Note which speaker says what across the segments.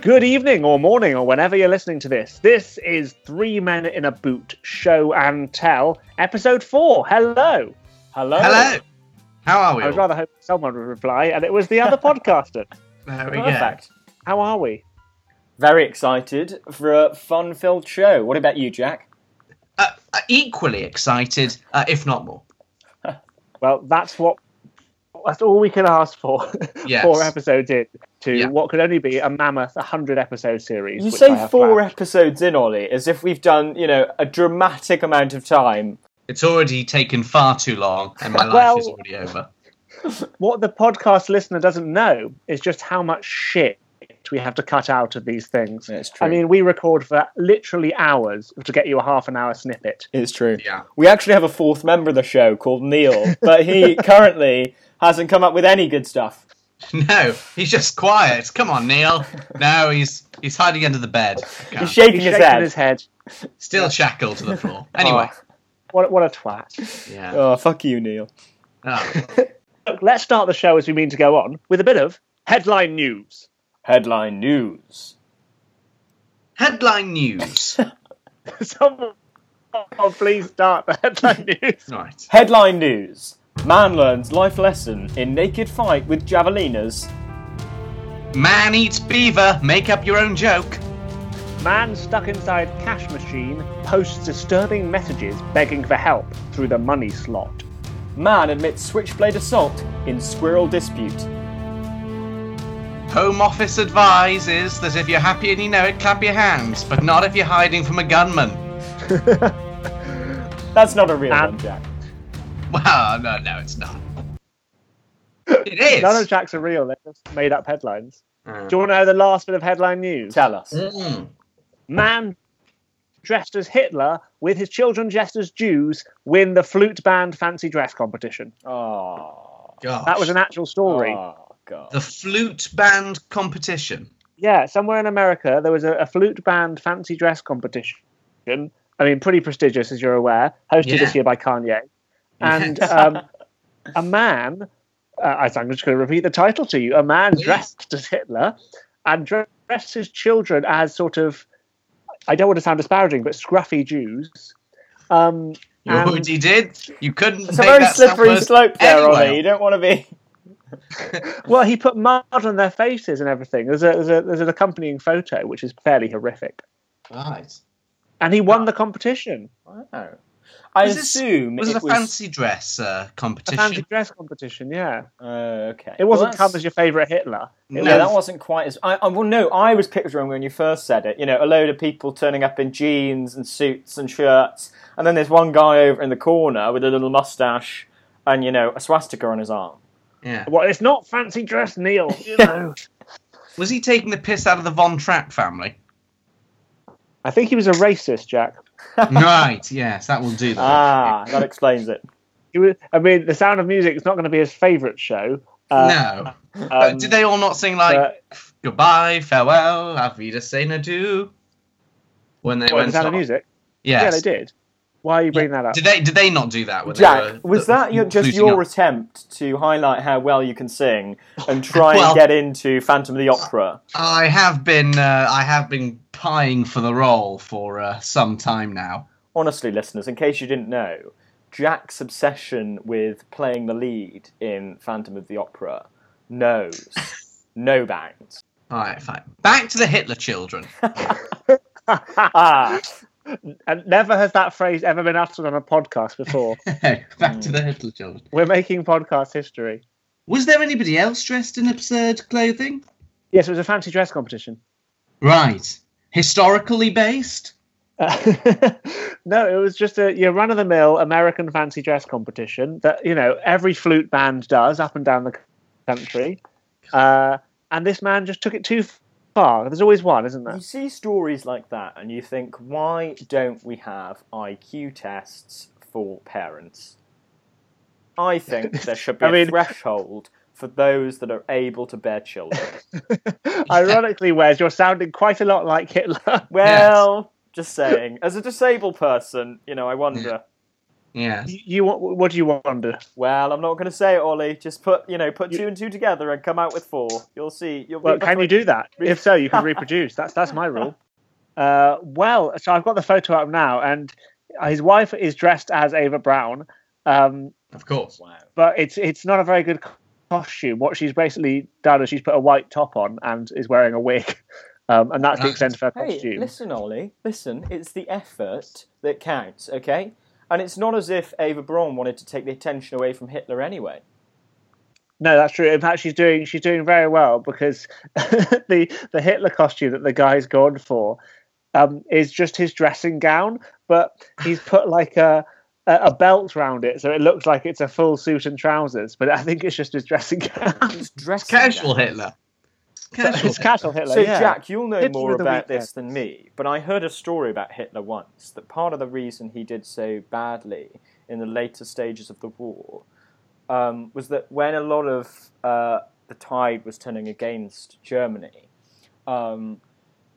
Speaker 1: Good evening or morning or whenever you're listening to this. This is Three Men in a Boot Show and Tell, episode four. Hello.
Speaker 2: Hello.
Speaker 3: Hello. How are we?
Speaker 1: I was
Speaker 3: all?
Speaker 1: rather hoping someone would reply, and it was the other podcaster.
Speaker 3: There we go.
Speaker 2: Perfect.
Speaker 1: How are we?
Speaker 2: Very excited for a fun-filled show. What about you, Jack?
Speaker 3: Uh, uh, equally excited, uh, if not more.
Speaker 1: Well, that's what that's all we can ask for.
Speaker 3: Yes.
Speaker 1: Four episodes in to
Speaker 3: Yeah.
Speaker 1: what could only be a mammoth 100 episode series.
Speaker 2: You
Speaker 1: which I
Speaker 2: say
Speaker 1: have
Speaker 2: four
Speaker 1: planned.
Speaker 2: episodes in, Ollie, as if we've done, you know, a dramatic amount of time.
Speaker 3: It's already taken far too long, and my life
Speaker 1: Well-
Speaker 3: is already over.
Speaker 1: What the podcast listener doesn't know is just how much shit we have to cut out of these things.
Speaker 2: It's true.
Speaker 1: I mean, we record for literally hours to get you a half an hour snippet.
Speaker 2: it's true.
Speaker 3: Yeah.
Speaker 2: We actually have a fourth member of the show called Neil, but he currently hasn't come up with any good stuff.
Speaker 3: No, he's just quiet. Come on, Neil. No, he's he's hiding under the bed.
Speaker 2: He's
Speaker 3: God,
Speaker 2: shaking
Speaker 1: He's
Speaker 2: his
Speaker 1: shaking
Speaker 2: head.
Speaker 1: his head.
Speaker 3: Still shackled to the floor. Anyway.
Speaker 1: What, what a twat.
Speaker 3: Yeah.
Speaker 2: Oh, fuck you, Neil.
Speaker 3: Oh.
Speaker 1: Look, let's start the show as we mean to go on with a bit of headline news.
Speaker 2: Headline news.
Speaker 3: Headline news.
Speaker 1: Someone, oh, please start the headline news.
Speaker 3: Right.
Speaker 2: Headline news. Man learns life lesson in naked fight with javelinas.
Speaker 3: Man eats beaver. Make up your own joke.
Speaker 1: Man stuck inside cash machine posts disturbing messages begging for help through the money slot.
Speaker 2: Man admits switchblade assault in squirrel dispute.
Speaker 3: Home Office advises that if you're happy and you know it, clap your hands, but not if you're hiding from a gunman.
Speaker 2: That's not a real
Speaker 3: Um,
Speaker 1: Ah.
Speaker 2: one, Jack.
Speaker 3: Well, no, no, it's not. It is.
Speaker 1: None of Jack's are real, they're just made up headlines.
Speaker 3: Mm.
Speaker 1: Do you want to know the last bit of headline news?
Speaker 2: Tell us.
Speaker 3: Mm.
Speaker 1: Man dressed as Hitler with his children dressed as Jews win the flute band fancy dress competition.
Speaker 2: Oh,
Speaker 3: Gosh.
Speaker 1: That was an actual story.
Speaker 2: oh God.
Speaker 3: the flute band competition.
Speaker 1: Yeah, somewhere in America, there was a, a flute band fancy dress competition. I mean, pretty prestigious, as you're aware, hosted
Speaker 3: Yeah.
Speaker 1: this year by Kanye. And
Speaker 3: Yes.
Speaker 1: um, a man, uh, I- I'm just going to repeat the title to you a man
Speaker 3: Please.
Speaker 1: dressed as Hitler and dre- dressed his children as sort of, I don't want to sound disparaging, but scruffy Jews. Um,
Speaker 3: You
Speaker 1: and-
Speaker 3: already did. You couldn't.
Speaker 2: It's a
Speaker 3: make
Speaker 2: very
Speaker 3: that
Speaker 2: slippery
Speaker 3: sound
Speaker 2: slope there,
Speaker 3: anywhere.
Speaker 2: Ollie. You don't want to be.
Speaker 1: well, he put mud on their faces and everything. There's, a, there's, a, there's an accompanying photo, which is fairly horrific.
Speaker 3: Right.
Speaker 1: And he
Speaker 3: Oh.
Speaker 1: won the competition.
Speaker 2: Wow. I
Speaker 3: Was this-
Speaker 2: assume
Speaker 3: Was it,
Speaker 2: it
Speaker 3: a
Speaker 2: was.
Speaker 3: fancy dress uh,
Speaker 1: A
Speaker 3: competition?
Speaker 1: fancy dress competition, yeah.
Speaker 2: Oh, okay.
Speaker 1: It wasn't
Speaker 2: Well,
Speaker 1: come as your favourite Hitler. It
Speaker 3: No,
Speaker 2: Yeah,
Speaker 1: was-
Speaker 2: that wasn't quite as. I, I well, no, I was picturing when you first said it. You know, a load of people turning up in jeans and suits and shirts, and then there's one guy over in the corner with a little mustache and you know a swastika on his arm.
Speaker 3: yeah.
Speaker 1: Well, it's not fancy dress, Neil. You know.
Speaker 3: Was he taking the piss out of the Von Trapp family?
Speaker 1: I think he was a racist, Jack.
Speaker 3: right. Yes, that will do that.
Speaker 2: Ah, that explains it.
Speaker 1: He was, I mean, The Sound of Music is not going to be his favourite show.
Speaker 3: no.
Speaker 1: Um,
Speaker 3: Uh, did they all not sing like
Speaker 1: but-
Speaker 3: "Goodbye, Farewell, Auf Wiedersehen, Adieu"? When they
Speaker 1: what,
Speaker 3: went
Speaker 1: the Sound
Speaker 3: on?
Speaker 1: of Music?
Speaker 3: Yes.
Speaker 1: Yeah, they did. Why are you bringing that up?
Speaker 3: Did they? Did they not do that? when they
Speaker 2: Jack,
Speaker 3: were-
Speaker 2: was that your, just
Speaker 3: fluting
Speaker 2: your
Speaker 3: up?
Speaker 2: attempt to highlight how well you can sing and try
Speaker 3: Well-
Speaker 2: and get into Phantom of the Opera?
Speaker 3: I have been. Uh, I have been pieing for the role for uh, some time now.
Speaker 2: Honestly, listeners, in case you didn't know, Jack's obsession with playing the lead in Phantom of the Opera knows no bounds.
Speaker 3: All right, fine. Back to the Hitler children.
Speaker 2: Ah,
Speaker 1: And never has that phrase ever been uttered on a podcast before.
Speaker 3: Back to the Hitler children.
Speaker 1: We're making podcast history.
Speaker 3: Was there anybody else dressed in absurd clothing?
Speaker 1: Yes, it was a fancy dress competition.
Speaker 3: Right. Historically based.
Speaker 1: Uh, no, it was just a your run of the mill American fancy dress competition that you know every flute band does up and down the c- country, uh, and this man just took it too far. There's always one, isn't there?
Speaker 2: you see stories like that and you think, why don't we have IQ tests for parents? I think there should be
Speaker 1: I
Speaker 2: a
Speaker 1: mean-
Speaker 2: threshold for those that are able to bear children.
Speaker 1: Ironically, Wes, you're sounding quite a lot like Hitler.
Speaker 2: Well, just saying. As a disabled person, you know, I wonder.
Speaker 3: Yes.
Speaker 1: You, you want? What do you wonder?
Speaker 2: Well, I'm not going to say it, Ollie. Just put you know put two and two together and come out with four. You'll see. You'll
Speaker 1: Well,
Speaker 2: be-
Speaker 1: can you do that? If so, you can reproduce. That's that's my rule. Uh, well, so I've got the photo up now, and his wife is dressed as Ava Brown, um,
Speaker 3: Of course.
Speaker 2: Wow.
Speaker 1: but it's it's not a very good co- costume. What she's basically done is she's put a white top on and is wearing a wig, um, and that's the
Speaker 2: Ah,
Speaker 3: Nice.
Speaker 1: extent of her
Speaker 2: Hey,
Speaker 1: costume.
Speaker 2: listen, Ollie. Listen, it's the effort that counts, okay? And it's not as if Ava Braun wanted to take the attention away from Hitler anyway.
Speaker 1: No, that's true. In fact, she's doing she's doing very well because the the Hitler costume that the guy's gone for um, is just his dressing gown, but he's put like a a a belt round it, so it looks like it's a full suit and trousers. But I think it's just his dressing gown.
Speaker 2: It's dressed
Speaker 3: Casual Hitler. Casual.
Speaker 1: it's casual Hitler.
Speaker 2: So,
Speaker 1: yeah.
Speaker 2: Jack, you'll know
Speaker 1: Hitler
Speaker 2: more
Speaker 1: of the
Speaker 2: about
Speaker 1: weekend.
Speaker 2: this than me, but I heard a story about Hitler once that part of the reason he did so badly in the later stages of the war um, was that when a lot of uh, the tide was turning against Germany, um,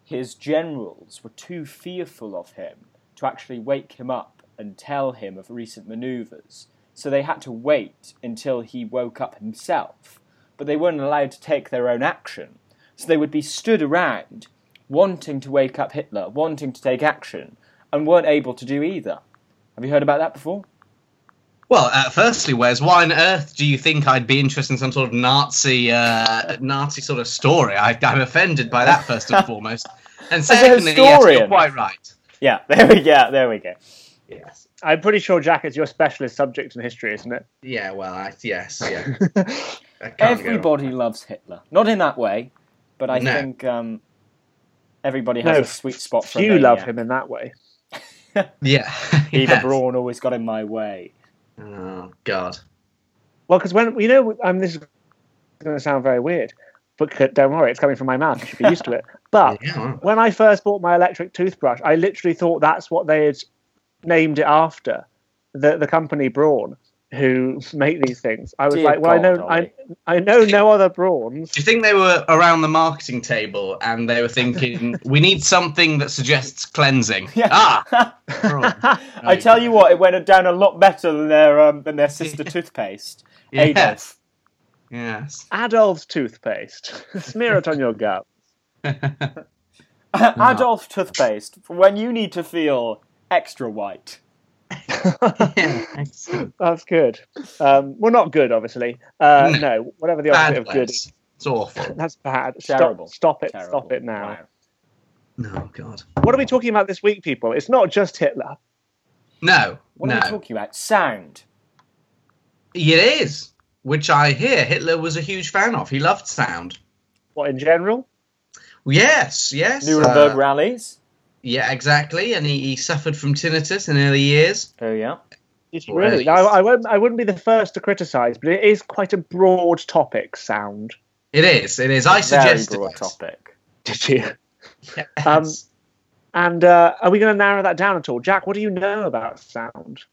Speaker 2: his generals were too fearful of him to actually wake him up and tell him of recent maneuvers. So they had to wait until he woke up himself, but they weren't allowed to take their own action. So they would be stood around, wanting to wake up Hitler, wanting to take action, and weren't able to do either. Have you heard about that before?
Speaker 3: Well, uh, firstly, Wes, why on earth do you think I'd be interested in some sort of Nazi, uh, Nazi sort of story? I, I'm offended by that first and foremost. And
Speaker 2: a
Speaker 3: secondly, yes, you're
Speaker 2: historian.
Speaker 3: quite right.
Speaker 2: Yeah, there we go. There we go.
Speaker 3: Yes.
Speaker 1: I'm pretty sure Jack is your specialist subject in history, isn't it?
Speaker 3: Yeah. Well, I, yes. Yeah. I can't go wrong.
Speaker 2: Everybody loves Hitler. Not in that way, but I
Speaker 3: No.
Speaker 2: think um, everybody has
Speaker 1: No,
Speaker 2: a sweet spot for
Speaker 1: You
Speaker 2: a
Speaker 1: love
Speaker 2: maniac.
Speaker 1: him in that way.
Speaker 3: Yeah.
Speaker 2: Eva
Speaker 3: Yes.
Speaker 2: Braun always got in my way.
Speaker 3: Oh God.
Speaker 1: Well, because when you know, I mean, this is going to sound very weird, but c- don't worry, it's coming from my mouth. You should be used to it. But
Speaker 3: Yeah, well,
Speaker 1: when I first bought my electric toothbrush, I literally thought that's what they had named it after the the company Braun who make these things. I was
Speaker 2: Dear
Speaker 1: like, well, I
Speaker 2: God,
Speaker 1: know I,
Speaker 2: Ollie.
Speaker 1: I know no other Brauns.
Speaker 3: Do you think they were around the marketing table and they were thinking, we need something that suggests cleansing?
Speaker 2: Yeah.
Speaker 3: Ah! Braun.
Speaker 2: I tell you what, it went down a lot better than their um, than their sister toothpaste. Adolf.
Speaker 3: Yes.
Speaker 1: Adolf's toothpaste. Smear it on your gum.
Speaker 2: Adolf toothpaste for when you need to feel extra white.
Speaker 3: Yeah, excellent.
Speaker 1: That's good. Um, well, not good, obviously. Uh,
Speaker 3: No.
Speaker 1: no, whatever the
Speaker 3: Bad
Speaker 1: opposite of good.
Speaker 3: Wes.
Speaker 1: is.
Speaker 3: It's awful.
Speaker 1: That's bad.
Speaker 2: Terrible.
Speaker 1: Stop, stop it.
Speaker 2: Terrible.
Speaker 1: Stop it now.
Speaker 2: Wow.
Speaker 3: No, God.
Speaker 1: What are we talking about this week, people? It's not just Hitler.
Speaker 3: No,
Speaker 2: What
Speaker 3: no.
Speaker 2: are we talking about? Sound.
Speaker 3: it is, which I hear Hitler was a huge fan of. He loved sound.
Speaker 1: What in general?
Speaker 3: Yes, yes.
Speaker 2: Nuremberg
Speaker 3: uh,
Speaker 2: rallies.
Speaker 3: yeah, exactly. And he, he suffered from tinnitus in early years.
Speaker 2: Oh yeah.
Speaker 1: It's
Speaker 3: Well,
Speaker 1: really.
Speaker 3: at
Speaker 1: Now,
Speaker 3: least-
Speaker 1: I, won't, I wouldn't be the first to criticise, but it is quite a broad topic. Sound,
Speaker 3: It is, it is. I suggested.
Speaker 2: Very broad
Speaker 3: it.
Speaker 2: topic.
Speaker 1: did you?
Speaker 3: Yes.
Speaker 1: Um, And uh, are we going to narrow that down at all, Jack? What do you know about sound?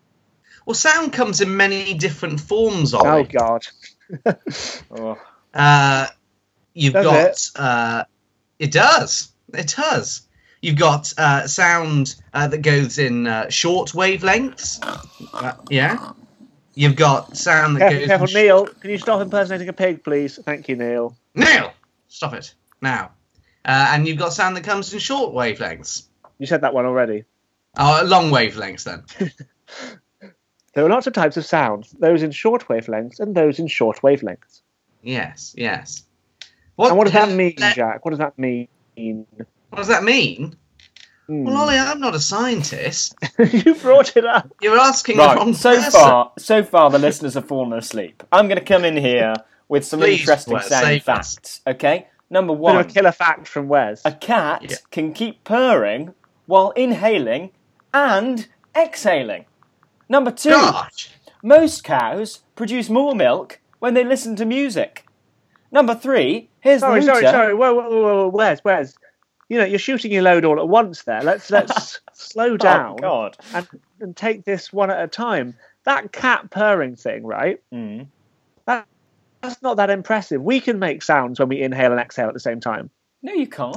Speaker 3: well, sound comes in many different forms, Ollie.
Speaker 1: Oh God,
Speaker 2: Oh.
Speaker 3: Uh, you've
Speaker 1: Does
Speaker 3: got it? Uh, it does it does you've got uh, sound uh, that goes in uh, short wavelengths Uh, yeah you've got sound that
Speaker 1: careful,
Speaker 3: goes
Speaker 1: careful,
Speaker 3: in sh-
Speaker 1: Neil. Can you stop impersonating a pig, please? Thank you, Neil.
Speaker 3: Neil, stop it now uh, and you've got sound that comes in short wavelengths
Speaker 1: You said that one already.
Speaker 3: Oh, long wavelengths then.
Speaker 1: There are lots of types of sound: those in short wavelengths and those in short wavelengths.
Speaker 3: Yes, yes.
Speaker 1: and what does that
Speaker 3: the-
Speaker 1: mean,
Speaker 3: that-
Speaker 1: Jack? What does that mean? Hmm.
Speaker 3: What does that mean? Well, Ollie, I'm not a scientist.
Speaker 1: you brought it up.
Speaker 3: You're asking the wrong
Speaker 2: Right. So
Speaker 3: person.
Speaker 2: far, so far, the listeners have fallen asleep. I'm going to come in here with some
Speaker 3: Please,
Speaker 2: interesting
Speaker 3: Wes,
Speaker 2: sound
Speaker 3: save us.
Speaker 2: facts. Okay. Number
Speaker 1: Bit of
Speaker 2: one.
Speaker 1: a killer fact from Wes.
Speaker 2: A cat
Speaker 3: Yeah.
Speaker 2: can keep purring while inhaling and exhaling. Number two,
Speaker 3: Gosh.
Speaker 2: most cows produce more milk when they listen to music. Number three, here's
Speaker 1: Sorry,
Speaker 2: the
Speaker 1: sorry,
Speaker 2: hooter.
Speaker 1: sorry. Whoa, whoa, whoa, whoa, Where's, where's? You know, you're shooting your load all at once there. Let's let's slow down
Speaker 2: Oh, God.
Speaker 1: and and take this one at a time. That cat purring thing, right?
Speaker 2: Mm.
Speaker 1: That, that's not that impressive. We can make sounds when we inhale and exhale at the same time.
Speaker 2: No, you can't.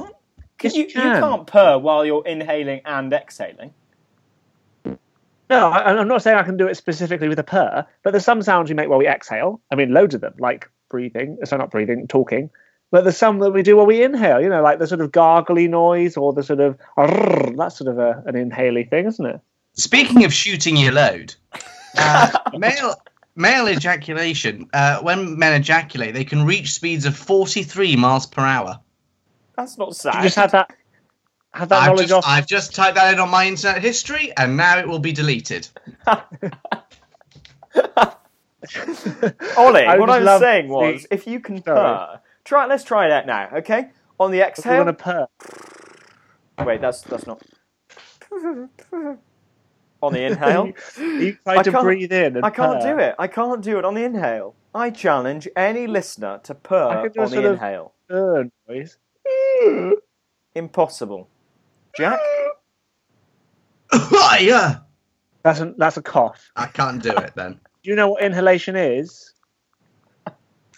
Speaker 1: Yes,
Speaker 2: 'Cause you,
Speaker 1: you can.
Speaker 2: not purr while you're inhaling and exhaling.
Speaker 1: No, I, I'm not saying I can do it specifically with a purr, but there's some sounds we make while we exhale. I mean, loads of them, like breathing. So not breathing, talking. But there's some that we do while we inhale. You know, like the sort of gargly noise or the sort of "Arrrr," that's sort of a, an inhaley thing, isn't it?
Speaker 3: Speaking of shooting your load, uh, male male ejaculation. Uh, when men ejaculate, they can reach speeds of 43 miles per hour.
Speaker 2: That's not
Speaker 1: You
Speaker 2: sad.
Speaker 1: just had that, had that
Speaker 3: I've
Speaker 1: knowledge
Speaker 3: just,
Speaker 1: off.
Speaker 3: I've just typed that in on my internet history, and now it will be deleted.
Speaker 2: Ollie,
Speaker 1: I would
Speaker 2: what
Speaker 1: just
Speaker 2: I was
Speaker 1: love
Speaker 2: saying
Speaker 1: to
Speaker 2: was,
Speaker 1: see-
Speaker 2: if you can
Speaker 1: Sorry.
Speaker 2: purr, try. Let's try that now, okay? On the
Speaker 1: If we want
Speaker 2: exhale.
Speaker 1: to purr.
Speaker 2: Wait, that's that's not. On the inhale,
Speaker 1: You
Speaker 2: I
Speaker 1: tried to
Speaker 2: can't-
Speaker 1: breathe in. And
Speaker 2: I can't
Speaker 1: purr.
Speaker 2: do it. I can't do it on the inhale. I challenge any listener to
Speaker 1: I
Speaker 2: purr
Speaker 1: could do a
Speaker 2: on the
Speaker 1: sort of-
Speaker 2: inhale.
Speaker 1: Purr noise.
Speaker 2: Impossible. Jack,
Speaker 3: yeah,
Speaker 1: That's a, that's a cough.
Speaker 3: I can't do it then.
Speaker 1: Do you know what inhalation is?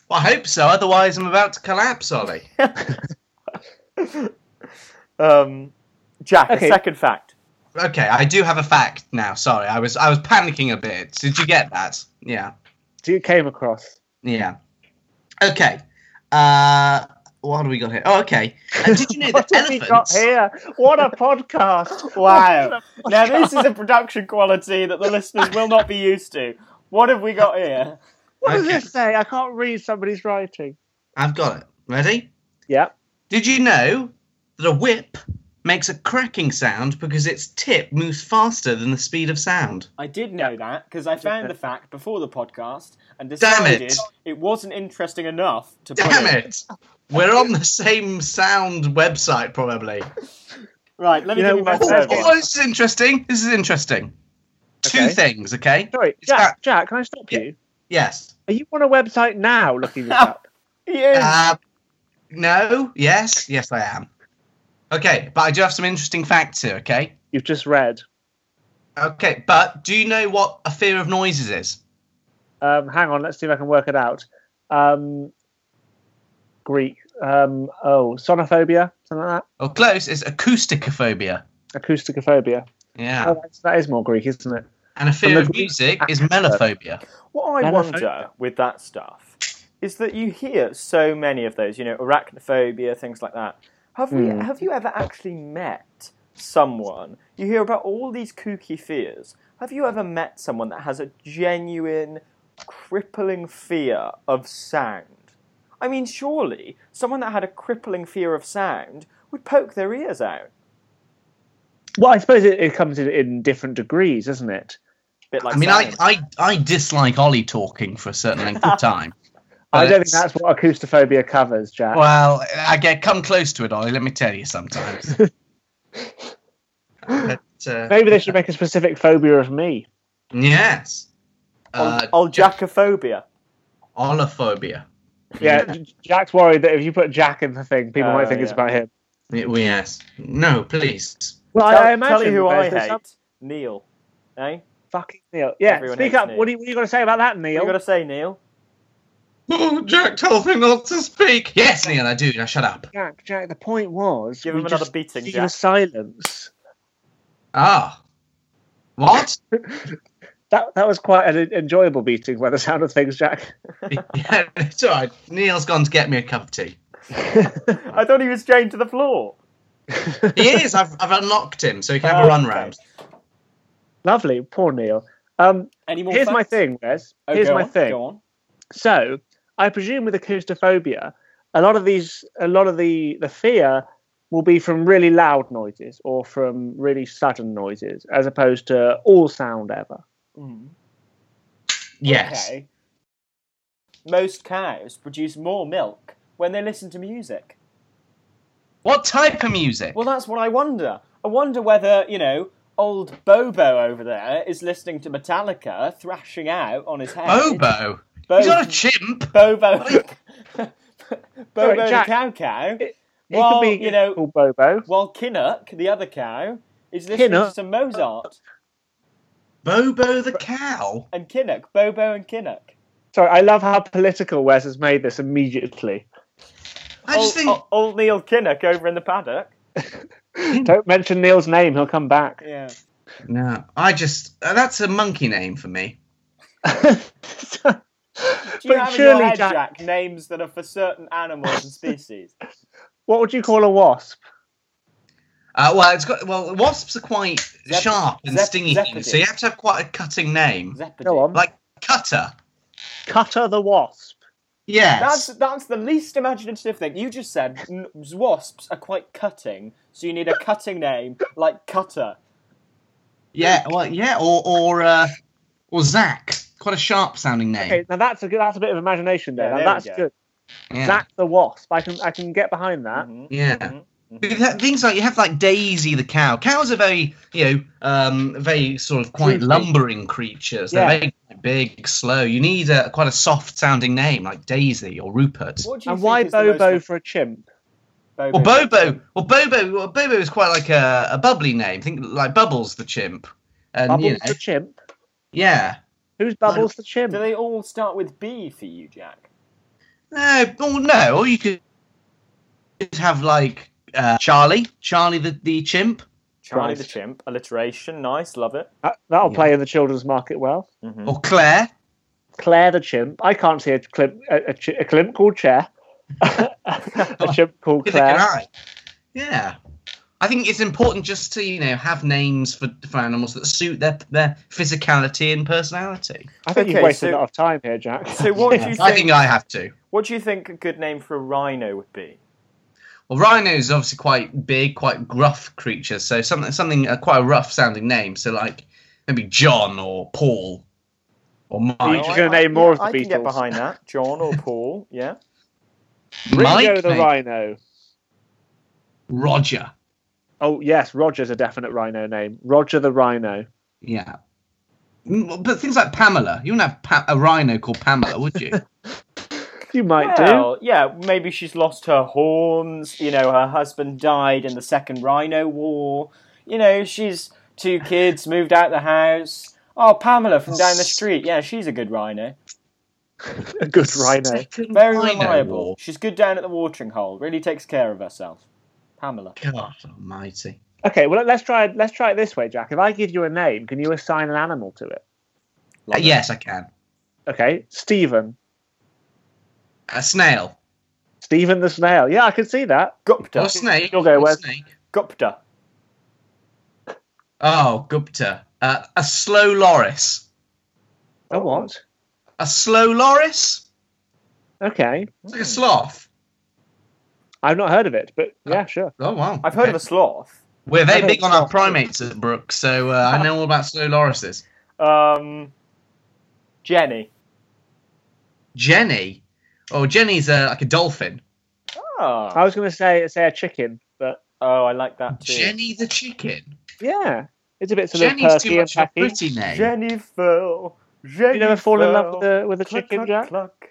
Speaker 3: Well, I hope so. Otherwise, I'm about to collapse, Ollie.
Speaker 2: um, Jack,
Speaker 1: Okay.
Speaker 2: a second fact.
Speaker 3: Okay, I do have a fact now. Sorry, I was I was panicking a bit. Did you get that? Yeah,
Speaker 1: Do you came across?
Speaker 3: yeah. Okay. Uh, what have we got here? Oh, okay. Uh, did you know that
Speaker 1: What have we got
Speaker 3: elephants?
Speaker 1: here? What a podcast!
Speaker 2: Wow. now this is a production quality that the listeners will not be used to. What have we got here?
Speaker 1: What does
Speaker 3: Okay.
Speaker 1: this say? I can't read somebody's writing.
Speaker 3: I've got it. Ready?
Speaker 1: Yeah.
Speaker 3: Did you know that a whip makes a cracking sound because its tip moves faster than the speed of sound?
Speaker 2: I did know that because I found the fact before the podcast and
Speaker 3: Damn it.
Speaker 2: decided it. wasn't interesting enough
Speaker 1: Oh,
Speaker 2: to put
Speaker 3: Damn it! We're on the same sound website, probably.
Speaker 2: Right, let me
Speaker 1: You
Speaker 2: give
Speaker 1: know
Speaker 2: you my
Speaker 1: what?
Speaker 3: Oh,
Speaker 2: third
Speaker 1: Okay.
Speaker 3: oh,
Speaker 2: one.
Speaker 3: this is interesting. This is interesting. Two
Speaker 1: Okay.
Speaker 3: things, okay?
Speaker 1: Sorry,
Speaker 3: It's
Speaker 1: Jack. Jack, can I stop
Speaker 3: Yeah.
Speaker 1: you?
Speaker 3: Yes.
Speaker 1: Are you on a website now looking this up?
Speaker 2: Yes.
Speaker 3: Uh, no. Yes. Yes, I am. Okay, but I do have some interesting facts here. Okay.
Speaker 1: You've just read.
Speaker 3: Okay, but do you know what a fear of noises is?
Speaker 1: Um, hang on, let's see if I can work it out. Um, Greek. Um, oh, sonophobia, something like
Speaker 3: Well, close is acousticophobia.
Speaker 1: that. Acousticophobia.
Speaker 3: Yeah.
Speaker 1: Oh, that's, that is more Greek, isn't it?
Speaker 3: and a fear
Speaker 1: the
Speaker 3: of
Speaker 1: Greek
Speaker 3: music is
Speaker 1: actor.
Speaker 3: melophobia.
Speaker 2: what I
Speaker 1: Xenophobia.
Speaker 2: wonder with that stuff is that you hear so many of those, you know, arachnophobia, things like that. Have we?
Speaker 1: Hmm.
Speaker 2: Have you ever actually met someone? You hear about all these kooky fears. Have you ever met someone that has a genuine, crippling fear of sound? I mean, surely someone that had a crippling fear of sound would poke their ears out,
Speaker 1: Well, I suppose it, it comes in, in different degrees, doesn't it?
Speaker 2: a bit like.
Speaker 3: I mean, I,
Speaker 2: sound.
Speaker 3: I, I dislike Ollie talking for a certain length of time.
Speaker 1: I
Speaker 3: But
Speaker 1: don't think
Speaker 3: it's-
Speaker 1: that's what acoustophobia covers, Jack.
Speaker 3: Well, I get come close to it, Ollie. Let me tell you sometimes. but, uh,
Speaker 1: Maybe they should make a specific phobia of me.
Speaker 3: Yes. Uh,
Speaker 2: Ol- Oljacophobia.
Speaker 3: Olophobia.
Speaker 1: Yeah, J- Jack's worried that if you put Jack in the thing, people
Speaker 2: Oh,
Speaker 1: might think it's
Speaker 2: yeah.
Speaker 1: about him.
Speaker 3: Y- well, Yes. No, please.
Speaker 1: Well, I,
Speaker 2: Tell,
Speaker 1: I
Speaker 2: tell
Speaker 1: imagine
Speaker 2: you who I
Speaker 1: there's- there's
Speaker 2: hate.
Speaker 1: some
Speaker 2: Neil. Eh?
Speaker 1: Fucking Neil. Yeah,
Speaker 2: Everyone
Speaker 1: speak
Speaker 2: hates
Speaker 1: up. What do you, what do you got to say about that,
Speaker 2: What
Speaker 1: Neil?
Speaker 2: you got to say, Neil?
Speaker 3: Oh, Jack told me not to speak. Yes, Neil, I do. Now shut up.
Speaker 1: Jack, Jack, the point was
Speaker 2: Give
Speaker 1: we
Speaker 2: him another
Speaker 1: just
Speaker 2: beating,
Speaker 1: see
Speaker 2: Jack.
Speaker 1: the silence.
Speaker 3: Ah. What?
Speaker 1: That that was quite an en- enjoyable beating by the sound of things, Jack.
Speaker 3: yeah, it's all right. Neil's gone to get me a cup of tea.
Speaker 2: I thought he was chained to the floor.
Speaker 3: He is. I've, I've unlocked him so he can have a
Speaker 2: Oh,
Speaker 3: run
Speaker 2: okay.
Speaker 3: round.
Speaker 1: Lovely, poor Neil. Um,
Speaker 2: Any more
Speaker 1: here's my
Speaker 2: facts?
Speaker 1: thing, Wes.
Speaker 2: Oh,
Speaker 1: Here's
Speaker 2: go
Speaker 1: my
Speaker 2: on,
Speaker 1: thing.
Speaker 2: Go on.
Speaker 1: So I presume with acoustophobia, a lot of these, a lot of the the fear will be from really loud noises or from really sudden noises, as opposed to all sound ever.
Speaker 2: Mm-hmm.
Speaker 3: Yes.
Speaker 2: Okay. Most cows produce more milk when they listen to music.
Speaker 3: What type of music?
Speaker 2: Well, that's what I wonder. I wonder whether, you know, old Bobo over there is listening to Metallica thrashing out on his head.
Speaker 3: Bobo.
Speaker 2: Bo-
Speaker 3: He's not a chimp.
Speaker 2: Bobo.
Speaker 1: Sorry,
Speaker 2: Bobo
Speaker 1: Jack.
Speaker 2: the cow cow.
Speaker 1: It- It
Speaker 2: while,
Speaker 1: could be
Speaker 2: you know,
Speaker 1: called Bobo.
Speaker 2: while Kinnock, the other cow, is listening to
Speaker 1: Kinnock?
Speaker 2: some Mozart.
Speaker 3: Bobo the cow.
Speaker 2: And Kinnock, Bobo and Kinnock.
Speaker 1: Sorry, I love how political Wes has made this immediately.
Speaker 3: I just
Speaker 2: old,
Speaker 3: think
Speaker 2: o- old Neil Kinnock over in the paddock.
Speaker 1: Don't mention Neil's name; he'll come back.
Speaker 2: Yeah.
Speaker 3: No, I just uh, that's a monkey name for me.
Speaker 2: Do you have in your head, Jack, names that are for certain animals and species?
Speaker 1: what would you call a wasp?
Speaker 3: Uh, well, it's got well wasps are quite
Speaker 2: Zep-
Speaker 3: sharp and
Speaker 2: zep-
Speaker 3: stingy,
Speaker 2: zeppidin.
Speaker 3: so you have to have quite a cutting name,
Speaker 2: Zepidin.
Speaker 1: Go on.
Speaker 3: like Cutter.
Speaker 1: Cutter the wasp.
Speaker 3: Yes,
Speaker 2: That's that's the least imaginative thing you just said. n- Wasps are quite cutting, so you need a cutting name like Cutter.
Speaker 3: yeah, well, yeah, or or uh, or Zach. Quite a sharp sounding name.
Speaker 1: Okay, now that's a good, that's a bit of imagination there.
Speaker 2: Yeah,
Speaker 1: now
Speaker 2: there we
Speaker 1: that's
Speaker 2: go.
Speaker 1: good.
Speaker 3: yeah.
Speaker 1: Zach the wasp. I can I can get behind that.
Speaker 2: Mhm.
Speaker 3: Yeah.
Speaker 2: Mhm.
Speaker 3: Because that- Things like you have like Daisy the cow. Cows are very, you know, um, very sort of quite
Speaker 1: Droopy.
Speaker 3: lumbering creatures.
Speaker 1: Yeah.
Speaker 3: They're very big, slow. You need a quite a soft sounding name like Daisy or Rupert.
Speaker 2: What do you
Speaker 1: And
Speaker 2: think
Speaker 1: why
Speaker 2: is the most
Speaker 1: Bobo for a chimp?
Speaker 2: Bobo?
Speaker 3: Or Bobo. Well, Bobo. Well, Bobo is quite like a, a bubbly name. Think like Bubbles the chimp. And
Speaker 1: Bubbles
Speaker 3: you know,
Speaker 1: the chimp.
Speaker 3: yeah.
Speaker 1: Who's Bubbles the chimp?
Speaker 2: Do they all start with B for you, Jack?
Speaker 3: No, well, no. Or you could just have like uh, Charlie, Charlie the, the chimp,
Speaker 2: Charlie
Speaker 1: Right.
Speaker 2: the Chimp, alliteration, nice, love it.
Speaker 1: That- That'll
Speaker 3: Yeah.
Speaker 1: play in the children's market well.
Speaker 2: Mhm.
Speaker 3: or Claire.
Speaker 1: Claire the chimp. I can't see a chimp a, a, chi- a chimp called Chair. a chimp called
Speaker 3: Neither can
Speaker 1: Claire.
Speaker 3: I. Yeah. I think it's important just to you know have names for, for animals that suit their their physicality and personality.
Speaker 1: I think you've
Speaker 2: Okay,
Speaker 1: wasted
Speaker 2: so-
Speaker 1: a lot of time here, Jack.
Speaker 2: So what do you
Speaker 3: I
Speaker 2: think?
Speaker 3: think I have to.
Speaker 2: What do you think a good name for a rhino would be?
Speaker 3: Well, rhino is obviously quite big, quite gruff creatures, so something something uh, quite a rough sounding name. So like maybe John or Paul or
Speaker 1: Are you
Speaker 3: Mike.
Speaker 1: just gonna name more of the
Speaker 2: I can get
Speaker 1: Beatles?
Speaker 2: behind that. John or Paul, yeah.
Speaker 1: Ringo
Speaker 3: Mike,
Speaker 1: the
Speaker 3: maybe.
Speaker 1: rhino.
Speaker 3: Roger.
Speaker 1: Oh yes, Roger's a definite rhino name. Roger the rhino.
Speaker 3: Yeah. Mm, But things like Pamela, you wouldn't have pa- a rhino called Pamela, would you?
Speaker 1: You might
Speaker 2: well, yeah, maybe she's lost her horns. You know, her husband died in the Second Rhino War. You know, she's two kids, moved out the house. Oh, Pamela from down the street. Yeah, she's a good rhino.
Speaker 1: do a good rhino.
Speaker 3: Second
Speaker 2: Very
Speaker 3: rhino
Speaker 2: reliable.
Speaker 3: war.
Speaker 2: She's good down at the watering hole. Really takes care of herself. Pamela.
Speaker 3: God Almighty. Uh,
Speaker 1: Okay, well let's try it. Let's try it this way, Jack. If I give you a name, can you assign an animal to it?
Speaker 3: Uh,
Speaker 2: Love it.
Speaker 3: yes, I can.
Speaker 1: Okay, Stephen.
Speaker 3: A snail.
Speaker 1: Stephen the snail. Yeah, I can see that.
Speaker 3: Or
Speaker 2: Gupta.
Speaker 3: snake.
Speaker 1: You'll go
Speaker 3: Or
Speaker 1: with-
Speaker 3: snake.
Speaker 2: Gupta.
Speaker 3: Oh, Gupta. Uh, a slow loris.
Speaker 1: A what?
Speaker 3: A slow loris?
Speaker 1: Okay,
Speaker 3: It's
Speaker 2: Hmm.
Speaker 3: like a sloth.
Speaker 1: I've not heard of it, but yeah, sure.
Speaker 3: Oh, wow.
Speaker 2: I've heard of a sloth.
Speaker 3: We're
Speaker 2: I've
Speaker 3: very
Speaker 2: heard
Speaker 3: big
Speaker 2: of
Speaker 3: on our
Speaker 2: sloth.
Speaker 3: primates at Brook, so uh, I know all about slow lorises.
Speaker 2: Um, Jenny.
Speaker 3: Jenny. Oh, Jenny's uh, like a dolphin.
Speaker 1: I
Speaker 2: Oh.
Speaker 1: was going to say say a chicken, but
Speaker 2: oh, I like that too.
Speaker 3: Jenny the chicken.
Speaker 1: yeah, it's a bit sort
Speaker 3: Jenny's
Speaker 1: of
Speaker 3: too
Speaker 1: perky and
Speaker 3: much of a
Speaker 1: pecky.
Speaker 3: pretty name.
Speaker 2: Jennifer. Jennifer.
Speaker 1: You never fall in love with a with a chicken, Jack?
Speaker 2: cluck.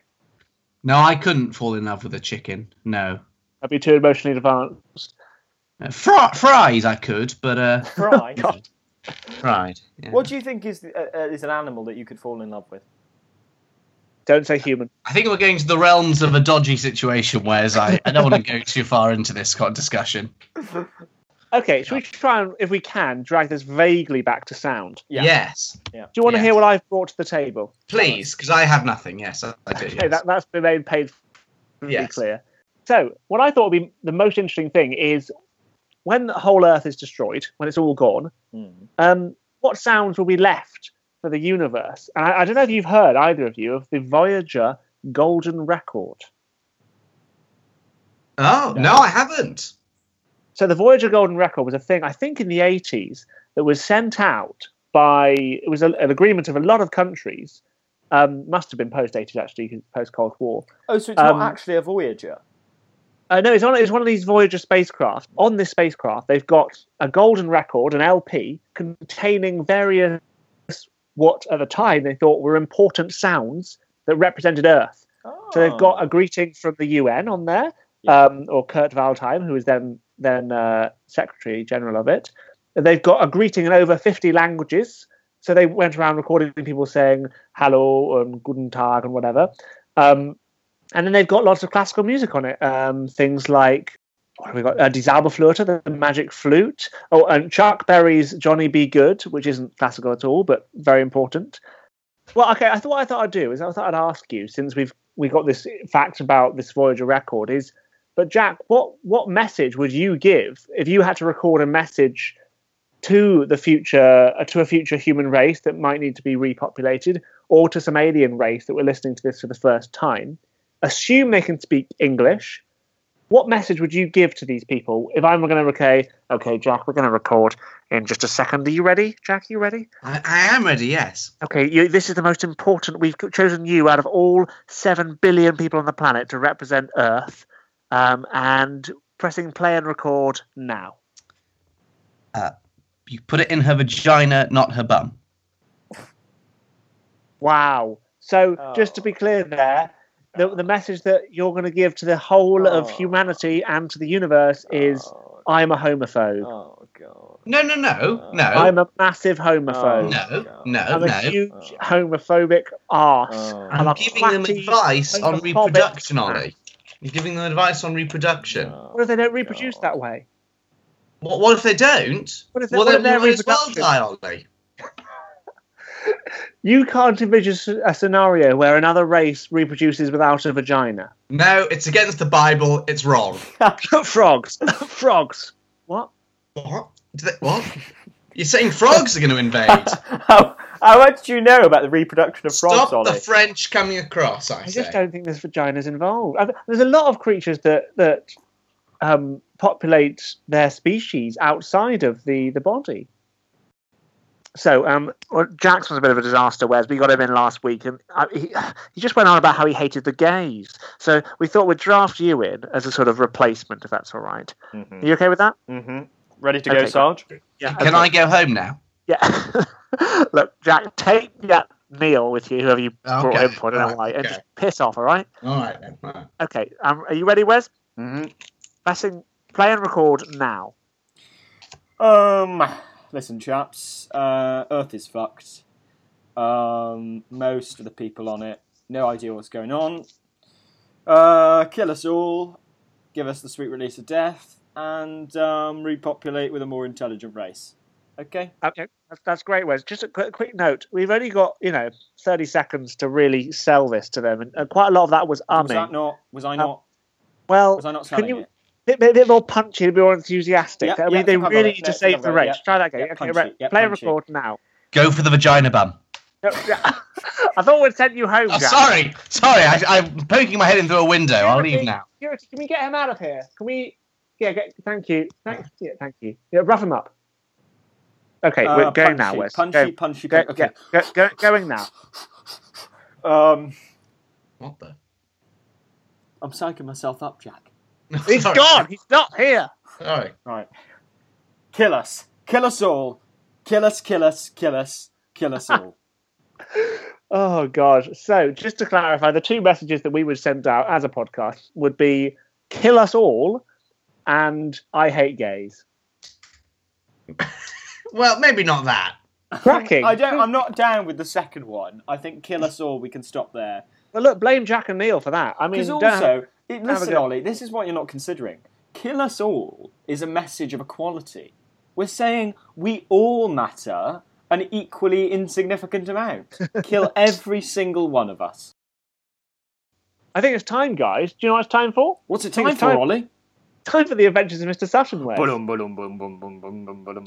Speaker 3: no, I couldn't fall in love with a chicken. No.
Speaker 1: I'd be too emotionally advanced.
Speaker 3: Uh, fri- fries, I could, but uh,
Speaker 2: Fry.
Speaker 1: God.
Speaker 3: fried. Yeah.
Speaker 2: What do you think is the- uh, uh, is an animal that you could fall in love with?
Speaker 1: Don't say human.
Speaker 3: I think we're going to the realms of a dodgy situation, whereas I, I don't want to go too far into this co- discussion.
Speaker 1: Okay, should we try and, if we can, drag this vaguely back to sound?
Speaker 3: Yes,
Speaker 1: Do you want to
Speaker 3: Yes.
Speaker 1: hear what I've brought to the table?
Speaker 3: please, because I have nothing. Yes, I, I do.
Speaker 1: Okay,
Speaker 3: yes.
Speaker 1: that, that's been made paid pretty
Speaker 3: Yes.
Speaker 1: clear. So, what I thought would be the most interesting thing is when the whole Earth is destroyed, when it's all gone,
Speaker 2: Hmm.
Speaker 1: um, what sounds will be left for the universe? And I, I don't know if you've heard either of you of the Voyager Golden Record.
Speaker 3: Oh no.
Speaker 2: No.
Speaker 3: I haven't.
Speaker 1: So the Voyager Golden Record was a thing I think in the 80s that was sent out by it was a, an agreement of a lot of countries. Um, must have been post 80s actually, post Cold War.
Speaker 2: Oh, so it's
Speaker 1: Um,
Speaker 2: not actually a Voyager.
Speaker 1: Uh, no, it's, on, it's one of these Voyager spacecraft. On this spacecraft, they've got a golden record, an LP, containing various what at the time they thought were important sounds that represented Earth. So they've got a greeting from the UN on there,
Speaker 2: Oh. Yeah.
Speaker 1: um, or Kurt Waldheim, who was then then uh, Secretary General of it. They've got a greeting in over 50 languages. So they went around recording people saying hello and guten tag and whatever. Um, and then they've got lots of classical music on it. Um, things like what have we got? Uh, Die Zauberflöte, the, the Magic Flute. Oh, and Chuck Berry's Johnny Be Good, which isn't classical at all, but very important. Well, okay. I thought what I thought I'd do is I thought I'd ask you since we've we got this fact about this Voyager record is, but Jack, what what message would you give if you had to record a message to the future uh, to a future human race that might need to be repopulated, or to some alien race that we're listening to this for the first time? Assume they can speak English. What message would you give to these people if I'm going to okay, okay, Jack, we're going to record in just a second. Are you ready, Jack? you ready?
Speaker 3: I, I am ready. Yes.
Speaker 1: Okay, you, this is the most important. We've chosen you out of all seven billion people on the planet to represent Earth, um, and pressing play and record now.
Speaker 3: You put it in her vagina, not her bum.
Speaker 1: Wow. So, just
Speaker 2: Oh.
Speaker 1: to be clear, there, the, the message that you're going to give to the whole of
Speaker 2: Oh.
Speaker 1: humanity and to the universe is,
Speaker 2: Oh,
Speaker 1: "I'm a homophobe.
Speaker 2: oh god.
Speaker 3: No, no, no, no,
Speaker 1: I'm a massive
Speaker 2: Oh.
Speaker 1: homophobe.
Speaker 3: no, no,
Speaker 1: I'm
Speaker 3: no.
Speaker 1: a huge homophobic arse."
Speaker 2: Oh,
Speaker 1: I'm
Speaker 3: I'm
Speaker 1: a
Speaker 3: giving them
Speaker 1: fatty
Speaker 3: advice on
Speaker 1: homophobic
Speaker 3: reproduction,
Speaker 1: man.
Speaker 3: Ollie. You're giving them advice on reproduction.
Speaker 2: no.
Speaker 1: What if they don't reproduce
Speaker 2: Oh.
Speaker 1: that way?
Speaker 3: What, what if they don't?
Speaker 1: What if they-
Speaker 3: well,
Speaker 1: what
Speaker 3: they
Speaker 1: if their
Speaker 3: might as well
Speaker 1: reproduction-
Speaker 3: die, Ollie.
Speaker 1: You can't envision s- a scenario where another race reproduces without a vagina.
Speaker 3: No, it's against the Bible. It's wrong.
Speaker 1: Frogs. Frogs. What?
Speaker 3: What? Do they, what? You're saying frogs are going to invade?
Speaker 2: how, how much do you know about the reproduction of frogs,
Speaker 3: Stop
Speaker 2: Ollie?
Speaker 3: the French coming across, I,
Speaker 1: I
Speaker 3: say.
Speaker 1: just don't think there's vaginas involved. I th- There's a lot of creatures that that um, populate their species outside of the the body. So, um, well, Jax was a bit of a disaster. Whereas we got him in last week, and uh, he, he just went on about how he hated the gays. So we thought we'd draft you in as a sort of replacement, if that's all right.
Speaker 2: mm-hmm.
Speaker 1: Are you okay with that?
Speaker 2: Ready to
Speaker 1: Okay,
Speaker 2: go,
Speaker 1: good.
Speaker 2: Sarge?
Speaker 1: Yeah.
Speaker 3: Can I go home now?
Speaker 1: Yeah. Look, Jack, take that meal with you, whoever you brought
Speaker 3: Okay,
Speaker 1: him for. I don't know
Speaker 3: right,
Speaker 1: why, and
Speaker 3: okay.
Speaker 1: just piss off. All right.
Speaker 3: All right then. all right.
Speaker 1: Okay. Um, are you ready, Wes?
Speaker 2: Mm-hmm.
Speaker 1: pressing play and record now.
Speaker 2: Um, listen, chaps. Uh, Earth is fucked. Um, most of the people on it, no idea what's going on. Uh, kill us all. Give us the sweet release of death, and um, repopulate with a more intelligent race. Okay.
Speaker 1: Okay, that's, that's great, Wes. Just a quick, quick note: we've only got you know thirty seconds to really sell this to them, and, and quite a lot of that was
Speaker 2: was
Speaker 1: umming.
Speaker 2: that not? Was I not?
Speaker 1: well,
Speaker 2: was I not
Speaker 1: Uh, can
Speaker 2: selling
Speaker 1: you
Speaker 2: it?
Speaker 1: bit, bit, bit more punchy to be more enthusiastic?
Speaker 2: Yeah,
Speaker 1: I mean,
Speaker 2: yeah, I
Speaker 1: they
Speaker 2: think I've got
Speaker 1: really
Speaker 2: it.
Speaker 1: need
Speaker 2: No,
Speaker 1: to
Speaker 2: I think
Speaker 1: save
Speaker 2: I've
Speaker 1: the
Speaker 2: got it.
Speaker 1: race. Try that again.
Speaker 2: Yeah,
Speaker 1: okay,
Speaker 2: punchy.
Speaker 1: right.
Speaker 2: Yeah,
Speaker 1: play and
Speaker 2: punchy.
Speaker 1: record now.
Speaker 3: Go for the vagina bum.
Speaker 1: No, yeah. I thought we'd send you home.
Speaker 3: Oh,
Speaker 1: Jack.
Speaker 3: sorry, sorry. I, I'm poking my head in through a window. I'll leave now.
Speaker 1: Security, can we get him out of here? Can we? Yeah, get, thank you. Thank, yeah, thank you. Yeah, rough him up. Okay,
Speaker 2: Uh,
Speaker 1: we're going
Speaker 2: punchy,
Speaker 1: now, Wes.
Speaker 2: Punchy,
Speaker 1: Go-
Speaker 2: punchy,
Speaker 1: go-
Speaker 2: punchy. Okay.
Speaker 1: yeah, go- go- going now.
Speaker 2: Um,
Speaker 3: What the?
Speaker 2: I'm psyching myself up, Jack.
Speaker 3: No,
Speaker 1: He's
Speaker 3: sorry.
Speaker 1: gone. He's not here.
Speaker 3: Sorry.
Speaker 2: Right. Kill us. Kill us all. Kill us, kill us, kill us, kill us all.
Speaker 1: Oh God! So just to clarify, the two messages that we would send out as a podcast would be "kill us all" and "I hate gays."
Speaker 3: Well, maybe not that.
Speaker 1: Cracking.
Speaker 2: I don't I'm not down with the second one. I think kill us all, we can stop there.
Speaker 1: But look, blame Jack and Neil for that. I mean,
Speaker 2: Because
Speaker 1: don't have-
Speaker 2: also it,
Speaker 1: a
Speaker 2: listen,
Speaker 1: go.
Speaker 2: Ollie, this is what you're not considering. Kill us all is a message of equality. We're saying we all matter an equally insignificant amount. Kill every single one of us.
Speaker 1: I think it's time, guys. Do you know what it's time for?
Speaker 2: What's it
Speaker 1: Think
Speaker 2: time
Speaker 1: it's
Speaker 2: for,
Speaker 1: time-
Speaker 2: Ollie?
Speaker 1: Time for the Adventures of Mr. Suttonware.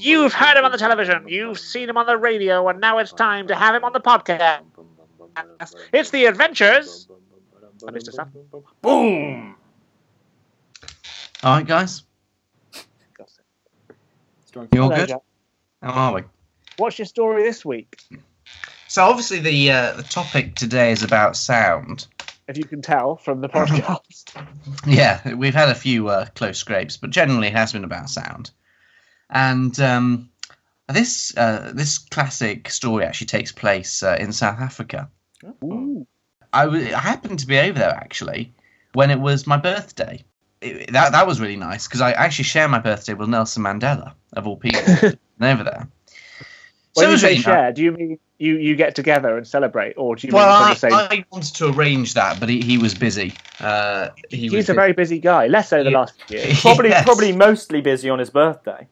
Speaker 1: You've heard him on the television. You've seen him on the radio, and now it's time to have him on the podcast. It's the Adventures. of Mr. Sutton.
Speaker 2: Boom!
Speaker 3: All right, guys. You all
Speaker 1: Hello,
Speaker 3: good?
Speaker 1: Jack.
Speaker 3: How are we?
Speaker 1: What's your story this week?
Speaker 3: So obviously the uh, the topic today is about sound.
Speaker 1: If you can tell from the podcast.
Speaker 3: Yeah, we've had a few uh, close scrapes, but generally it has been about sound. And um, this uh, this classic story actually takes place uh, in South Africa.
Speaker 1: Ooh.
Speaker 3: I, w- I happened to be over there actually when it was my birthday. It, that that was really nice because I actually share my birthday with Nelson Mandela of all people over there.
Speaker 1: When you
Speaker 3: So is
Speaker 1: say
Speaker 3: Raina.
Speaker 1: share, do you mean you, you get together and celebrate, or do you
Speaker 3: Well,
Speaker 1: mean
Speaker 3: I,
Speaker 1: for the same?
Speaker 3: I wanted to arrange that, but he, he was busy. Uh, he was
Speaker 1: He's a
Speaker 3: busy.
Speaker 1: very busy guy, less so the
Speaker 3: Yeah.
Speaker 1: last year.
Speaker 2: Probably,
Speaker 3: Yes.
Speaker 2: probably mostly busy on his birthday.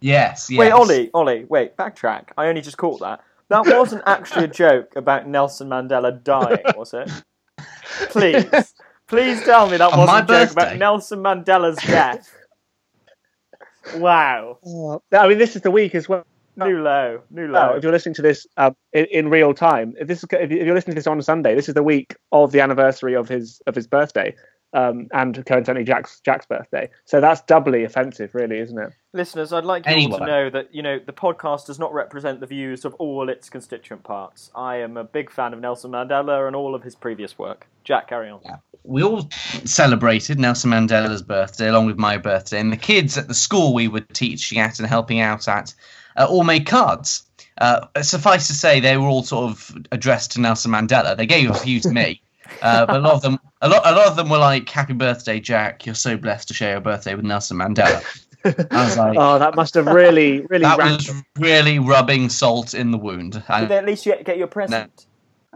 Speaker 3: Yes, yes.
Speaker 2: Wait, Ollie, Ollie, wait, backtrack. I only just caught that. That wasn't actually a joke about Nelson Mandela dying, was it? Please, please tell me that
Speaker 3: On my
Speaker 2: wasn't a joke about
Speaker 3: birthday?
Speaker 2: Nelson Mandela's death. wow,
Speaker 1: I mean, this is the week as well.
Speaker 2: new low,
Speaker 1: Well,
Speaker 2: new low.
Speaker 1: Oh, if you're listening to this uh, in, in real time, if this is, if you're listening to this on Sunday, this is the week of the anniversary of his of his birthday, um, and coincidentally Jack's Jack's birthday. So that's doubly offensive, really, isn't it?
Speaker 2: Listeners, I'd like you all
Speaker 3: Anyone.
Speaker 2: to know that you know the podcast does not represent the views of all its constituent parts. I am a big fan of Nelson Mandela and all of his previous work. Jack, carry on.
Speaker 3: we all celebrated Nelson Mandela's birthday along with my birthday, and the kids at the school we were teaching at and helping out at uh, all made cards. Uh, suffice to say, they were all sort of addressed to Nelson Mandela. They gave a few to me, uh, but a lot of them, a lot, a lot of them were like, "Happy birthday, Jack! You're so blessed to share your birthday with Nelson Mandela." I was like,
Speaker 1: Oh, that must have really, really.
Speaker 3: "That
Speaker 1: ranked-
Speaker 3: was really rubbing salt in the wound."
Speaker 2: Did
Speaker 3: And,
Speaker 2: they at least get get you a present?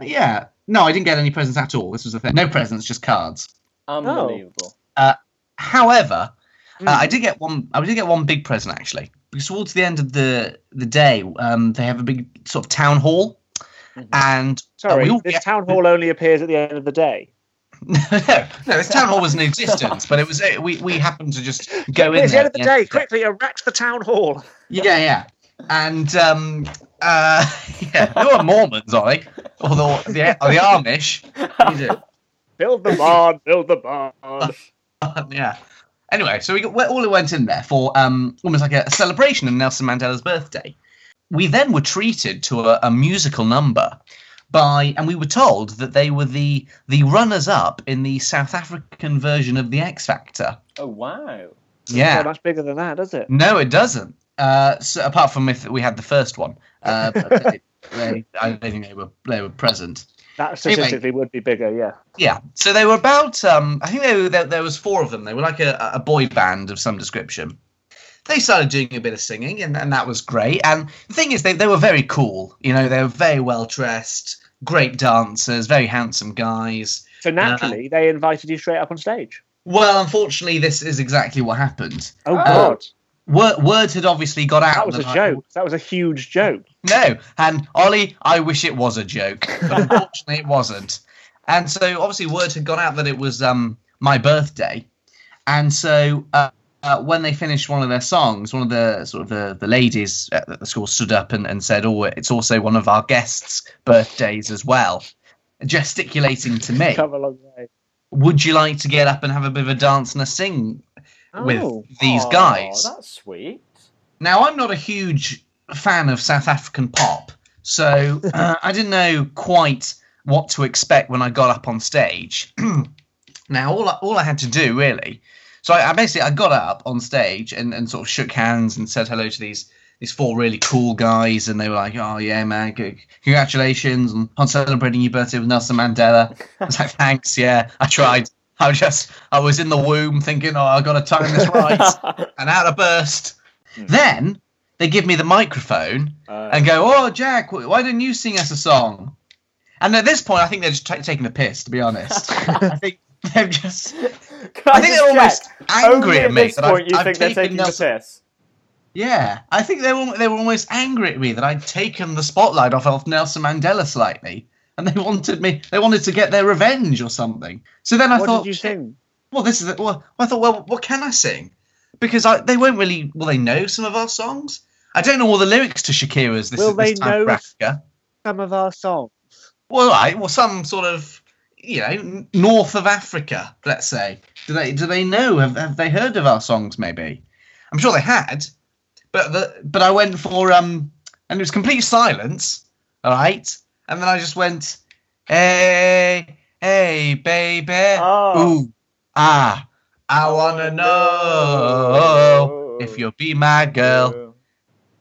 Speaker 3: yeah, no, I didn't get any presents at all. This was the thing. No presents, just cards.
Speaker 2: Unbelievable.
Speaker 3: However,
Speaker 1: Mm.
Speaker 3: Uh, I did get one. I did get one big present actually, because towards the end of the the day, um, they have a big sort of town hall,
Speaker 1: Mhm.
Speaker 3: and
Speaker 1: Sorry,
Speaker 3: we all
Speaker 1: this
Speaker 3: get-
Speaker 1: town hall only appears at the end of the day.
Speaker 3: no, no, no, this town hall was in existence, but it was uh, we we happened to just go in
Speaker 1: It's the end
Speaker 3: there
Speaker 1: of the day. Quickly, erect the town hall.
Speaker 3: Yeah, yeah, and um, uh, yeah, they were Mormons, I think, or the or the, or the Amish. What do you do?
Speaker 1: Build the barn. Build the barn.
Speaker 3: Um, yeah. Anyway, so we got, we- all it went in there for um, almost like a celebration of Nelson Mandela's birthday. We then were treated to a, a musical number by, and we were told that they were the the runners up in the South African version of the X Factor.
Speaker 2: Oh wow.
Speaker 1: Not
Speaker 3: Yeah.
Speaker 1: much bigger than that, does it?
Speaker 3: No, it doesn't. Uh, so apart from if we had the first one, uh, but they, they, I don't think they were they were present.
Speaker 1: That
Speaker 3: Anyway.
Speaker 1: statistically would be bigger. Yeah.
Speaker 3: Yeah, so they were about. Um, I think they were, there, there was four of them. They were like a, a boy band of some description. They started doing a bit of singing, and, and that was great. And the thing is, they they were very cool. You know, they were very well dressed, great dancers, very handsome guys.
Speaker 1: So naturally, they invited you straight up on stage.
Speaker 3: Well, unfortunately, this is exactly what happened.
Speaker 1: Oh,
Speaker 2: Oh.
Speaker 1: God,
Speaker 3: Word, word had obviously got out.
Speaker 1: that was a
Speaker 3: I-
Speaker 1: joke. That was a huge joke.
Speaker 3: No, and Ollie, I wish it was a joke, but unfortunately it wasn't. And so obviously word had gone out that it was um my birthday, and so uh, uh, when they finished one of their songs, one of the sort of the, the ladies at the school stood up and, and said, "Oh, it's also one of our guests' birthdays as well," gesticulating to me.
Speaker 1: Come a long way.
Speaker 3: Would you like to get up and have a bit of a dance and a sing with
Speaker 1: Oh.
Speaker 3: these
Speaker 2: Aw,
Speaker 3: guys?
Speaker 2: That's sweet.
Speaker 3: Now, I'm not a huge fan of South African pop, so uh, I didn't know quite what to expect when I got up on stage. now, all I, all I had to do really, so I, I basically I got up on stage and, and sort of shook hands and said hello to these these four really cool guys, and they were like, "Oh yeah, man, c- congratulations on, on celebrating your birthday with Nelson Mandela." I was like, "Thanks, yeah, I tried." I was just I was in the womb thinking, "Oh, I got to time this right." and out of burst.
Speaker 2: Hmm.
Speaker 3: Then they give me the microphone and go, "Oh, Jack, wh- why didn't you sing us a song?" And at this point, I think they're just ta taking the piss. To be honest, I think they're just. I think they're almost angry
Speaker 2: Only
Speaker 3: at me.
Speaker 2: This
Speaker 3: that
Speaker 2: point,
Speaker 3: I've,
Speaker 2: you
Speaker 3: I've
Speaker 2: think they're
Speaker 3: taken
Speaker 2: taking
Speaker 3: their-
Speaker 2: the piss?
Speaker 3: Yeah, I think they were they were almost angry at me that I'd taken the spotlight off of Nelson Mandela slightly, and they wanted me. They wanted to get their revenge or something. So then I
Speaker 1: what
Speaker 3: thought,
Speaker 1: did you sing?
Speaker 3: well, this is it. Well, I thought, well, what can I sing? Because I, they won't really. Well, they know some of our songs. I don't know all the lyrics to Shakira's. This
Speaker 1: Will
Speaker 3: is this
Speaker 1: they
Speaker 3: time for
Speaker 1: know-
Speaker 3: Africa.
Speaker 1: Some of our songs.
Speaker 3: Well, I well some sort of you know n- north of Africa. Let's say. Do they do they know? Have, have they heard of our songs? Maybe. I'm sure they had, but the, but I went for um, and it was complete silence. All right, and then I just went, hey, hey, baby,
Speaker 2: Oh.
Speaker 3: ooh, ah, I wanna know if you'll be my girl.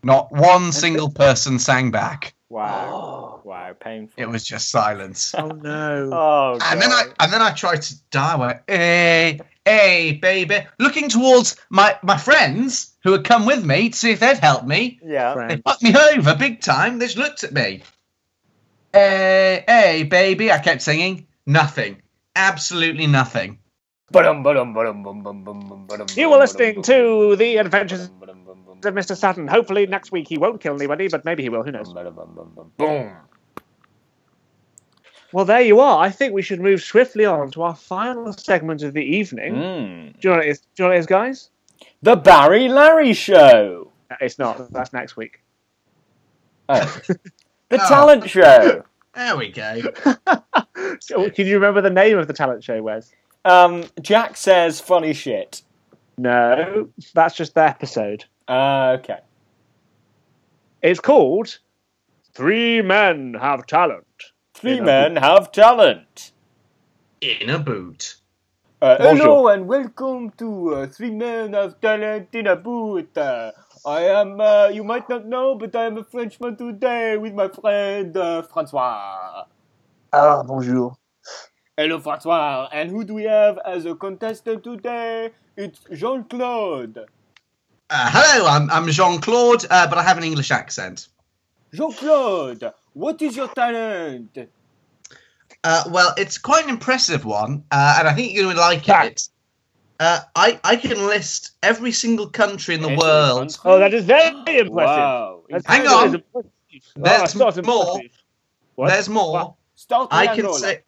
Speaker 3: Not one single person sang back.
Speaker 2: Wow.
Speaker 1: Oh,
Speaker 2: Wow. Painful.
Speaker 3: It was just silence.
Speaker 1: oh no.
Speaker 2: Oh.
Speaker 3: And then I
Speaker 2: God.
Speaker 3: and then I tried to die. I went, hey, hey, "Eh, baby, looking towards my, my friends who had come with me to see if they'd help me.
Speaker 2: Yeah.
Speaker 1: Right.
Speaker 3: They fucked me over big time. They just looked at me. Hey, hey, baby, I kept singing. Nothing. Absolutely nothing.
Speaker 2: Ba-dum, ba-dum, ba-dum, bum, bum, bum, bum, ba-dum,
Speaker 1: You
Speaker 2: bum,
Speaker 1: were
Speaker 2: bum,
Speaker 1: listening
Speaker 2: bum,
Speaker 1: to The Adventures
Speaker 2: bum, bum, bum, bum,
Speaker 1: of Mr. Saturn. Hopefully, next week he won't kill anybody, but maybe he will. Who knows?
Speaker 2: bum, bum, bum, bum, bum, Boom.
Speaker 1: Well, there you are. I think we should move swiftly on to our final segment of the evening.
Speaker 2: Mm.
Speaker 1: Do you know what it is, do you know what it is guys?
Speaker 2: The Barry Larry Show.
Speaker 1: No, It's not. That's next week.
Speaker 2: Oh. the
Speaker 3: Oh.
Speaker 2: talent show.
Speaker 3: There we go.
Speaker 1: So, can you remember the name of the talent show, Wes?
Speaker 2: Um, Jack says funny shit.
Speaker 1: No, that's just the episode.
Speaker 2: Uh, okay.
Speaker 1: It's called Three Men Have Talent.
Speaker 2: Three
Speaker 1: Yeah,
Speaker 2: men have talent.
Speaker 3: In a boot.
Speaker 2: Uh,
Speaker 1: Bonjour.
Speaker 2: hello and welcome to uh, Three Men of Talent in a Boot. Uh, I am, uh, you might not know, but I am a Frenchman today with my friend uh, Francois.
Speaker 1: Ah, bonjour.
Speaker 2: Hello, Francois. And who do we have as a contestant today? It's Jean Claude.
Speaker 3: Uh, hello, I'm, I'm Jean Claude, uh, but I have an English accent.
Speaker 2: Jean Claude, what is your talent?
Speaker 3: Uh, well, it's quite an impressive one, uh, and I think you're going to like it. Uh, I, I can list every single country in the world.
Speaker 1: Oh, that is very impressive.
Speaker 2: Wow.
Speaker 1: That's
Speaker 3: Hang
Speaker 1: very
Speaker 3: on.
Speaker 1: impressive.
Speaker 3: There's
Speaker 1: Oh, that's
Speaker 3: more.
Speaker 1: impressive. What?
Speaker 3: There's more.
Speaker 2: Start with
Speaker 3: I can
Speaker 2: Angola.
Speaker 3: say.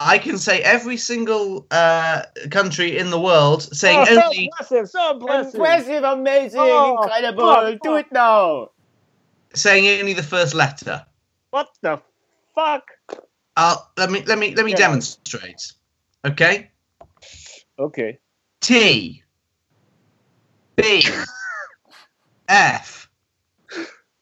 Speaker 3: I can say every single uh, country in the world, saying
Speaker 1: Oh,
Speaker 3: only
Speaker 1: So impressive. So impressive.
Speaker 2: Impressive, amazing,
Speaker 1: Oh,
Speaker 2: incredible.
Speaker 1: fuck,
Speaker 2: Do
Speaker 1: fuck.
Speaker 2: it now.
Speaker 3: saying only the first letter.
Speaker 1: What the fuck?
Speaker 3: I'll, let me let me let me
Speaker 2: Yeah.
Speaker 3: demonstrate. Okay,
Speaker 1: Okay.
Speaker 3: T B F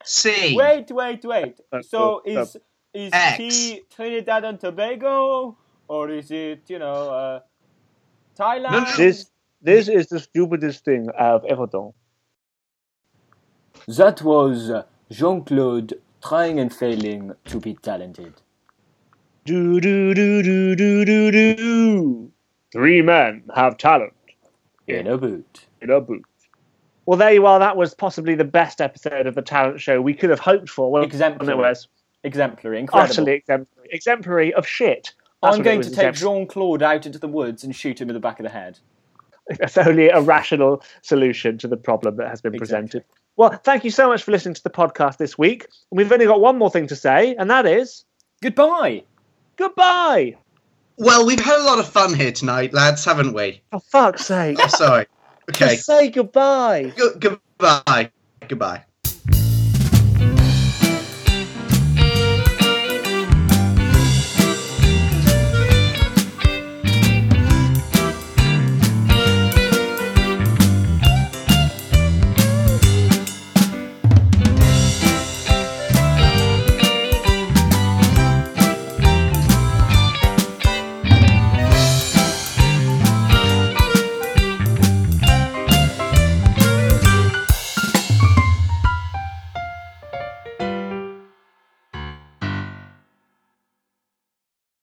Speaker 3: C.
Speaker 2: Wait, wait, wait.
Speaker 1: Uh,
Speaker 2: So
Speaker 1: uh,
Speaker 2: is is
Speaker 3: X.
Speaker 2: T Trinidad and Tobago, or is it you know uh, Thailand?
Speaker 3: No, no.
Speaker 1: This this is the stupidest thing I've ever done.
Speaker 2: That was Jean Claude trying and failing to be talented.
Speaker 1: Do do do do do do do. Three men have talent
Speaker 2: In a boot.
Speaker 1: in a boot. Well, there you are. That was possibly the best episode of the talent show we could have hoped for. Well,
Speaker 2: Exemplary.
Speaker 1: it was
Speaker 2: Exemplary, incredible.
Speaker 1: utterly exemplary, exemplary of shit. That's what
Speaker 2: I'm
Speaker 1: it
Speaker 2: going
Speaker 1: was,
Speaker 2: to take
Speaker 1: exemplary.
Speaker 2: Jean Claude out into the woods and shoot him in the back of the head.
Speaker 1: That's only a rational solution to the problem that has been
Speaker 2: Exactly.
Speaker 1: presented. Well, thank you so much for listening to the podcast this week. And we've only got one more thing to say, and that is
Speaker 2: Goodbye.
Speaker 1: goodbye.
Speaker 3: Well, we've had a lot of fun here tonight, lads, haven't we?
Speaker 1: For fuck's sake.
Speaker 3: I'm sorry. Okay.
Speaker 1: Just say goodbye.
Speaker 3: Good, goodbye. Goodbye.